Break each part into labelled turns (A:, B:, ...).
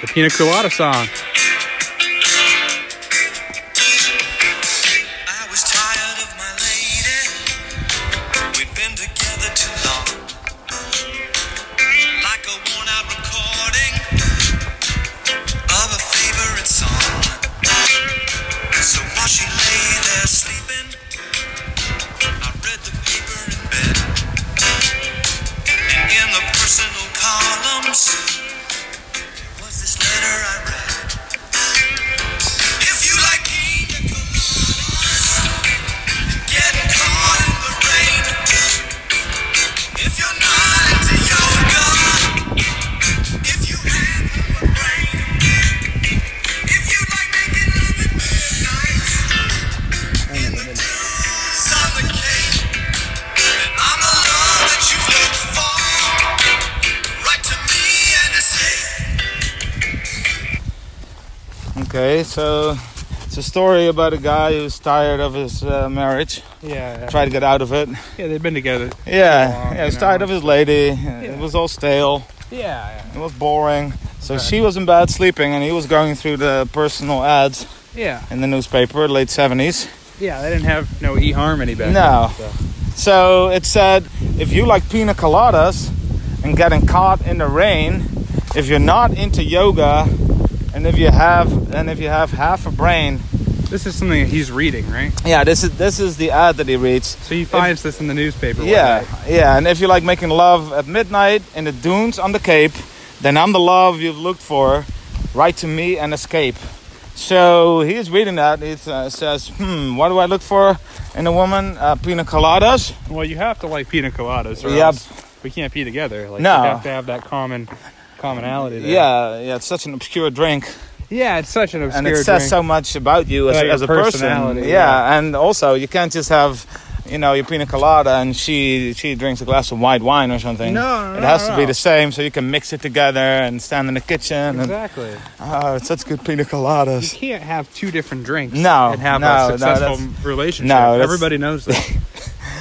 A: The Pina Colada song.
B: I was tired of my lady. We'd been together too long. Like a worn out recording of a favorite song. So while she lay there sleeping, I read the paper in bed. And in the personal columns was this letter I read. If you like Pina Coladas, Get caught in the rain. If you're not into yoga, if you have a brain, if you like making love at midnight, in the dunes on the cape, then I'm the love that you look for. Write to me and escape.
C: Okay, so it's a story about a guy who's tired of his uh, marriage,
A: Yeah.
C: tried to get out of it.
A: Yeah, they've been together.
C: Yeah,
A: Long,
C: yeah, he's
A: you
C: tired
A: know.
C: of his lady. It was all stale.
A: Yeah.
C: It was boring. So she was in bed sleeping, and he was going through the personal ads
A: Yeah.
C: in the newspaper, late seventies.
A: Yeah, they didn't have no e harmony back
C: No.
A: then,
C: So it said, if you like pina coladas and getting caught in the rain, if you're not into yoga, and if you have and if you have half a brain,
A: so. This is something that he's reading, right?
C: yeah, this is this is the ad that he reads.
A: So he finds this in the newspaper. one
C: Yeah,
A: day.
C: yeah, and if you like making love at midnight in the dunes on the Cape, then I'm the love you've looked for. Write to me and escape. So he's reading that. It uh, says, "Hmm, what do I look for in a woman? Uh, pina coladas."
A: Well, you have to like pina coladas, or
C: Yep.
A: else we can't be together. Like,
C: No.
A: You have to have that common commonality there.
C: Yeah, yeah, it's such an obscure drink,
A: Yeah, it's such an obscure
C: and it says
A: drink.
C: so much about you as,
A: About your
C: as a person.
A: personality,
C: Yeah.
A: yeah.
C: and also you can't just have, you know, your pina colada and she she drinks a glass of white wine or something.
A: No, no,
C: it has
A: no,
C: to be
A: no.
C: the same, so you can mix it together and stand in the kitchen and
A: Exactly.
C: Oh, it's such good pina
A: You
C: coladas.
A: can't have two different drinks
C: No,
A: and have
C: no, no,
A: a successful relationship.
C: no, that's-
A: Everybody knows that.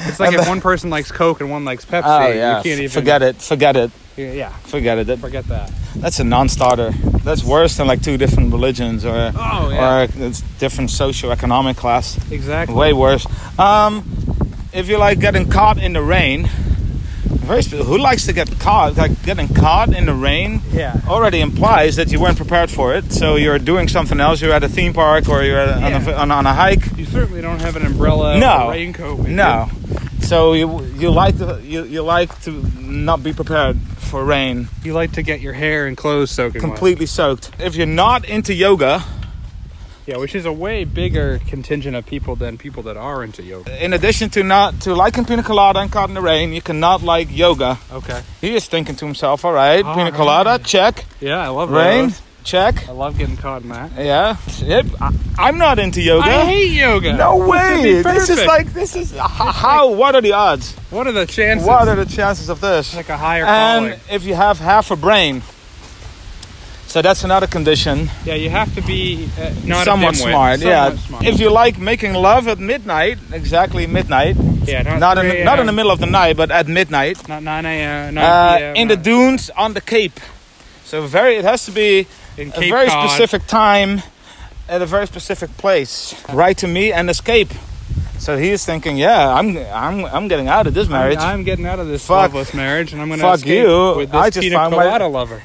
A: it's like
C: And
A: if
C: the-
A: one person likes Coke and one likes Pepsi,
C: Oh yeah,
A: you can't even
C: forget it, forget it,
A: Yeah, yeah,
C: forget it. That-
A: forget that.
C: that's a non-starter. That's worse than like two different religions or
A: Oh, yeah.
C: or it's different socioeconomic class.
A: Exactly.
C: Way worse. Um, if you like getting caught in the rain, very sp- who likes to get caught? Like getting caught in the rain
A: Yeah.
C: already implies that you weren't prepared for it. So you're doing something else. You're at a theme park or you're on,
A: Yeah.
C: a, on, on a hike.
A: You certainly don't have an umbrella
C: No.
A: or raincoat. with
C: No. So you you like to you, you like to not be prepared for rain,
A: You. You like to get your hair and clothes soaking wet.
C: completely soaked. If you're not into yoga,
A: Yeah, which is a way bigger contingent of people than people that are into yoga.
C: in addition to not to liking pina colada and caught in the rain, you cannot like yoga.
A: Okay.
C: He is thinking to himself, all right,
A: All
C: pina
A: right.
C: colada, check.
A: Yeah, I love
C: Rain,
A: those.
C: check.
A: I love getting caught in that.
C: Yeah. Yep. I, I'm not into yoga.
A: I hate yoga.
C: no
A: This would be
C: way! This is
A: perfect.
C: like this is how? What are the odds?
A: what are the chances?
C: What are the chances of this?
A: It's like a higher calling.
C: and if you have half a brain so that's another condition
A: Yeah, you have to be uh, not
C: somewhat
A: a dimwit.
C: smart yeah
A: Somewhat smart.
C: if you like making love at midnight exactly midnight
A: yeah, not,
C: not in,
A: 3
C: not
A: a.m.,
C: in the middle of the night but at midnight
A: not nine a.m.
C: uh,
A: not p.m.,
C: in the
A: not-
C: dunes on the cape so very it has to be
A: in
C: a
A: Cape
C: very
A: Cod.
C: specific time at a very specific place write to me and escape so he is thinking yeah i'm i'm i'm getting out of this
A: I mean,
C: marriage
A: I'm getting out of this
C: Fuck.
A: loveless marriage, and I'm gonna
C: Fuck
A: escape
C: you.
A: with this
C: I just
A: pina
C: found my-
A: colada lover.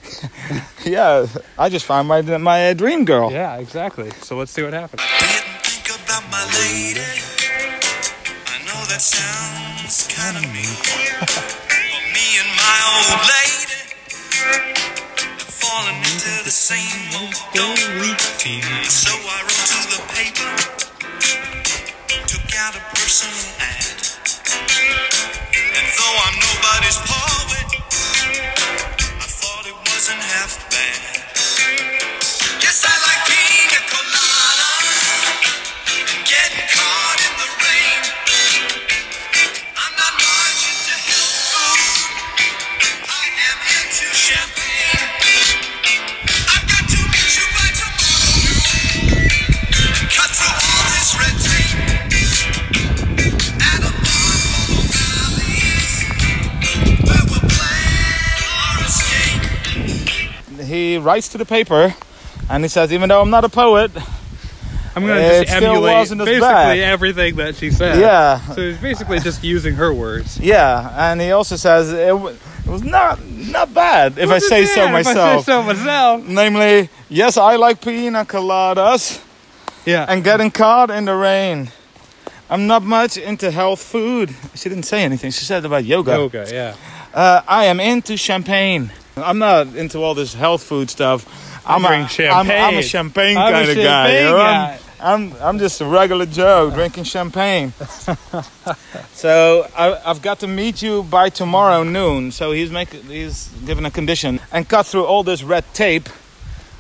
C: yeah i just found my my uh, dream girl
A: Yeah, exactly. So let's see what happens.
B: Didn't think about my lady. I know that sounds kind of mean. but me and my old lady have fallen into the same old routine. So I wrote to the paper, took out a personal ad. And though I'm nobody's poet, I thought it wasn't half bad. Yes, I like pina coladas and getting caught in the rain. I'm not much into health food. I am into champagne. I've got to meet you by tomorrow and cut through all this red tape. At a bar full of valleys where we're playing
C: he writes to the paper and he says, even though I'm not a poet,
A: I'm gonna
C: It
A: just
C: still
A: emulate
C: wasn't as
A: basically
C: bad.
A: everything that she said.
C: Yeah.
A: So he's basically just using her words.
C: yeah. And he also says, it, w- it was not not bad, if I say so
A: Yeah, if I say
C: myself.
A: so myself.
C: Namely, yes, I like pina coladas
A: Yeah.
C: and getting caught in the rain. I'm not much into health food. She didn't say anything. She said about
A: yoga. Yeah.
C: Uh, I am into champagne. I'm not into all this health food stuff. I'm,
A: Drink
C: I'm, I'm a
A: champagne.
C: champagne
A: I'm a
C: kind of guy.
A: champagne
C: you know?
A: guy.
C: I'm, I'm, I'm just a regular Joe drinking champagne. so I, I've got to meet you by tomorrow noon. So he's making he's given a condition and cut through all this red tape.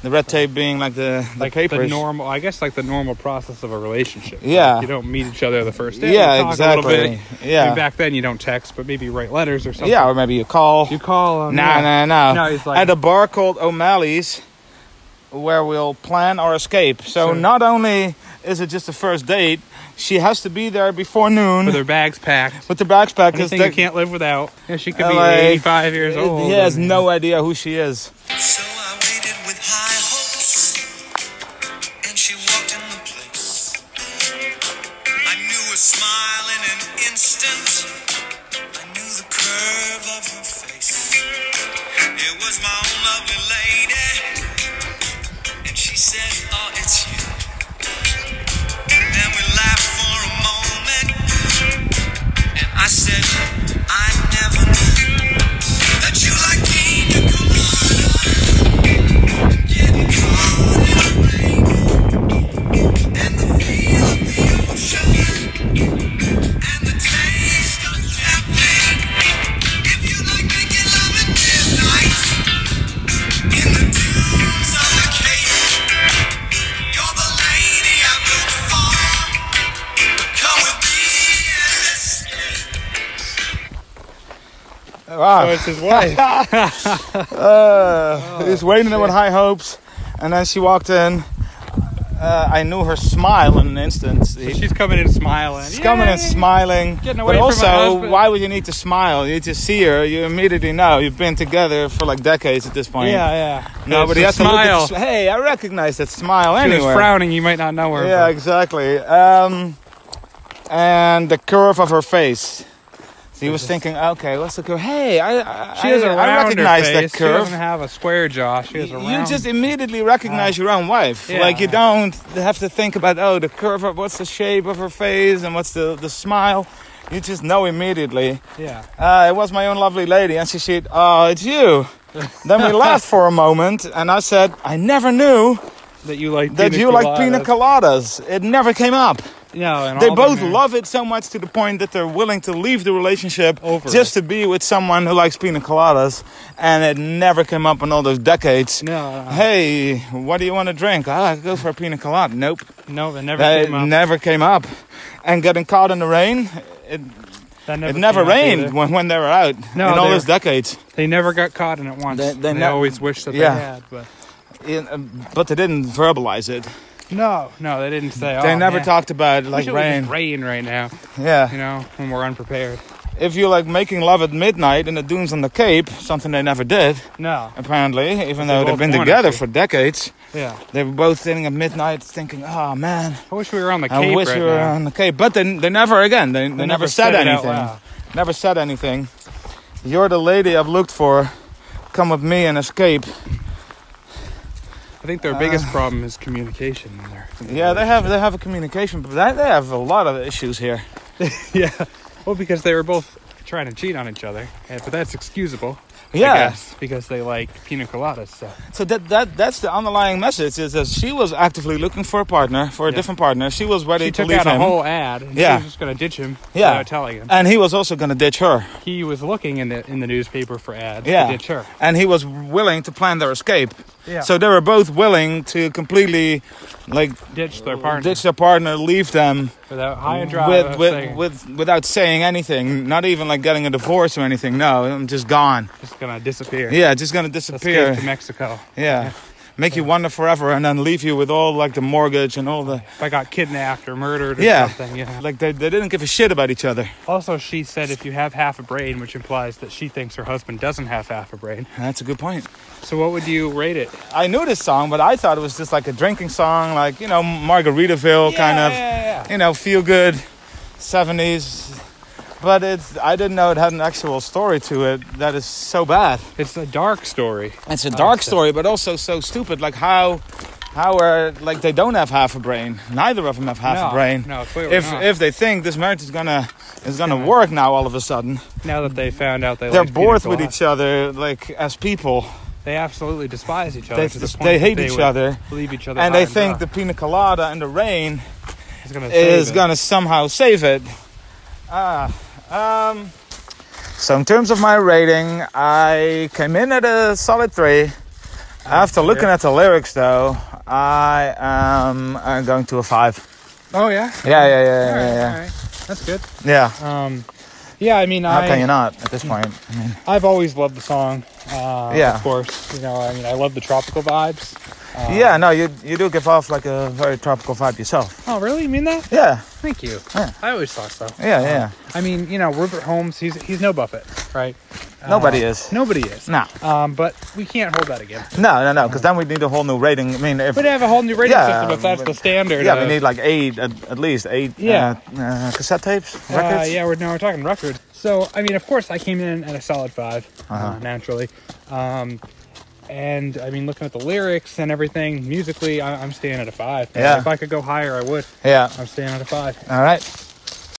C: The red tape being like the, the
A: Like
C: papers.
A: the normal, I guess, like the normal process of a relationship.
C: Yeah.
A: Like, you don't meet each other the first day.
C: Yeah,
A: you talk A little
C: exactly.
A: bit.
C: Yeah.
A: Maybe back then you don't text, but maybe you write letters or something.
C: yeah, or maybe you call.
A: You call. Um,
C: No, no, no.
A: No, he's like-
C: At a bar called O'Malley's, where we'll plan our escape. So
A: Sure.
C: not only is it just the first date, she has to be there before noon
A: With their bags packed.
C: with the backpack. 'cause
A: Anything
C: they-
A: you can't live without. Yeah, she could be
C: Like,
A: 85 years old.
C: He has
A: and-
C: no idea who she is.
B: So I waited with high hopes, and she walked in the place. I knew a smile in an instant. I knew the curve of her face. It was my own lovely lady, and she said, "Oh, it's you." And then we laughed for a moment, and I said, "I never knew that you like me to Getting caught in the rain and the feel of the ocean and the taste of champagne. If you like making love at midnight in the dunes of the Cape, you're the lady I look for. Come with me and escape.
A: So
C: Wow.
A: it's his wife.
C: Ah.
A: Oh,
C: Uh, he's waiting there with high hopes, and then she walked in. Uh, I knew her smile in an instant. He-
A: She's coming in smiling.
C: She's coming and
A: Yay!
C: smiling.
A: Getting
C: but
A: away from my
C: also,
A: husband.
C: why would you need to smile? You just see her, you immediately know. You've been together for like decades at this point.
A: Yeah, yeah.
C: Nobody
A: It's a
C: has to look at
A: smile.
C: the s- Hey, I recognize that smile
A: She was
C: anywhere.
A: frowning. You might not know her.
C: yeah,
A: but
C: exactly. Um, and the curve of her face. So he was thinking, okay, what's the curve? Hey, I, I,
A: she has a
C: I- I
A: rounder
C: recognize
A: face.
C: that
A: She
C: curve.
A: doesn't have a square jaw. She has a
C: You
A: round.
C: just immediately recognize your own wife.
A: Yeah.
C: Like you don't have to think about oh the curve of what's the shape of her face and what's the the smile. You just know immediately.
A: yeah.
C: Uh, it was my own lovely lady, and she said, "Oh, it's you." then we laughed for a moment, and I said, "I never knew
A: That you like.
C: that
A: pina
C: you like pina
A: coladas.
C: coladas. It never came up.
A: No, and
C: they
A: all
C: both
A: the men-
C: love it so much to the point that they're willing to leave the relationship
A: Over
C: just to be with someone who likes pina coladas, and it never came up in all those decades."
A: No, uh, no,
C: Hey, what do you want to drink? Ah, I could go for a pina colada. Nope,
A: no, that never
C: that
A: came up.
C: never came up. And getting caught in the rain, it,
A: That
C: it
A: never
C: never
A: came up
C: rained
A: either.
C: when, when they were out
A: No,
C: in all
A: they
C: those
A: were-
C: decades.
A: They never got caught in it once.
C: They-
A: They,
C: they never-
A: always wish that
C: Yeah.
A: they had, but
C: In- um, but they didn't verbalize it.
A: no, no, they didn't say.
C: they
A: "Oh,
C: never
A: man,
C: talked about
A: wish
C: like
A: it would
C: rain.
A: just rain right now.
C: Yeah.
A: You know, when we're unprepared.
C: If you like making love at midnight in the dunes on the Cape, something they never did
A: No,
C: apparently, even though they've
A: both
C: been
A: wanted
C: together
A: to.
C: for decades.
A: yeah.
C: They were both sitting at midnight, thinking, "Oh man,
A: I wish we were on the
C: I
A: Cape
C: wish
A: right
C: we were
A: now.
C: on the Cape." But they, they never again. They, they, never, said,
A: it out
C: anything.
A: loud.
C: Never said anything. You're the lady I've looked for. Come with me and escape.
A: I think their biggest problem is communication. in There.
C: Uh. Yeah, they have they have a communication, but they, they have a lot of issues here.
A: Yeah. Well, because they were both trying to cheat on each other, eh, but that's excusable. I
C: Yeah.
A: guess, because they like pina coladas. So.
C: So that that that's the underlying message is that she was actively looking for a partner, for a
A: Yeah.
C: different partner. She was ready
A: She
C: to
A: took
C: leave
A: out
C: him,
A: a whole ad. And
C: Yeah.
A: She was just gonna ditch him.
C: Yeah.
A: Without telling him.
C: and he was also going to ditch her.
A: He was looking in the in the newspaper for ads.
C: Yeah.
A: To ditch her.
C: And he was willing to plan their escape.
A: Yeah.
C: So they were both willing to completely, like,
A: ditch their partner
C: ditch their partner, leave them.
A: without high and dry.
C: with,
A: without
C: with,
A: saying,
C: with without saying anything, not even like getting a divorce or anything. No, I'm just gone.
A: just gonna disappear.
C: Yeah, just gonna
A: Escape
C: disappear.
A: to Mexico.
C: Yeah. make you wonder forever, and then leave you with all like the mortgage and all the
A: If I got kidnapped or murdered or
C: yeah.
A: something, yeah.
C: Like they, they didn't give a shit about each other.
A: Also, she said if you have half a brain, which implies that she thinks her husband doesn't have half a brain.
C: That's a good point.
A: So, what would you rate it?
C: I knew this song, but I thought it was just like a drinking song, like you know Margaritaville kind of,
A: Yeah, yeah,
C: you know, feel good, seventies. But it's I didn't know it had an actual story to it. That is so bad.
A: yeah. It's a dark story.
C: It's a dark
A: okay.
C: story, but also so stupid. Like how, how are like they don't have half a brain. Neither of them have half
A: No,
C: a brain.
A: no, clearly
C: if
A: not.
C: if they think this marriage is gonna is gonna work now, all of a sudden
A: Now that they found out they
C: they're
A: liked
C: bored
A: Peter
C: with
A: Glass,
C: each other, like as people,
A: They absolutely despise each other.
C: They-
A: to the
C: they
A: point that
C: hate
A: they
C: each
A: would uh,
C: other,
A: leave each other,
C: and
A: high
C: they think
A: dry.
C: the pina colada and the rain
A: It's gonna
C: is
A: save it.
C: gonna somehow save it. Ah, um. So in terms of my rating, I came in at a solid three. After looking at the lyrics, though, I am uh, going to a five.
A: Oh yeah.
C: Yeah, yeah, yeah,
A: All right,
C: yeah,
A: all
C: yeah.
A: right. That's good.
C: Yeah.
A: Um, yeah, I mean,
C: How
A: I
C: can you not at this point?
A: I've always loved the song. Uh,
C: Yeah.
A: Of course, you know, I mean, I love the tropical vibes. Um,
C: yeah, no, you you do give off like a very tropical vibe yourself.
A: Oh, really? You mean that?
C: Yeah,
A: Thank you.
C: Yeah.
A: I always thought so.
C: yeah, yeah.
A: I mean, you know, Rupert Holmes, he's he's no Buffett, right?
C: Nobody is.
A: Nobody is.
C: uh, No,
A: Um, but we can't hold that against. him.
C: no, no, no, because then we need a whole new rating. I mean, if
A: We'd have a whole new rating
C: Yeah,
A: system if that's
C: but-
A: the standard.
C: yeah, we
A: of-
C: need like eight at, at least eight.
A: Yeah.
C: uh, uh, cassette tapes,
A: Uh,
C: records.
A: yeah, we're now we're talking records. So I mean, of course, I came in at a solid 5 uh
C: Uh-huh.
A: naturally, um, and I mean, looking at the lyrics and everything musically, I, I'm staying at a five.
C: Yeah.
A: If I could go higher, I would.
C: yeah.
A: I'm staying at a five.
C: All right.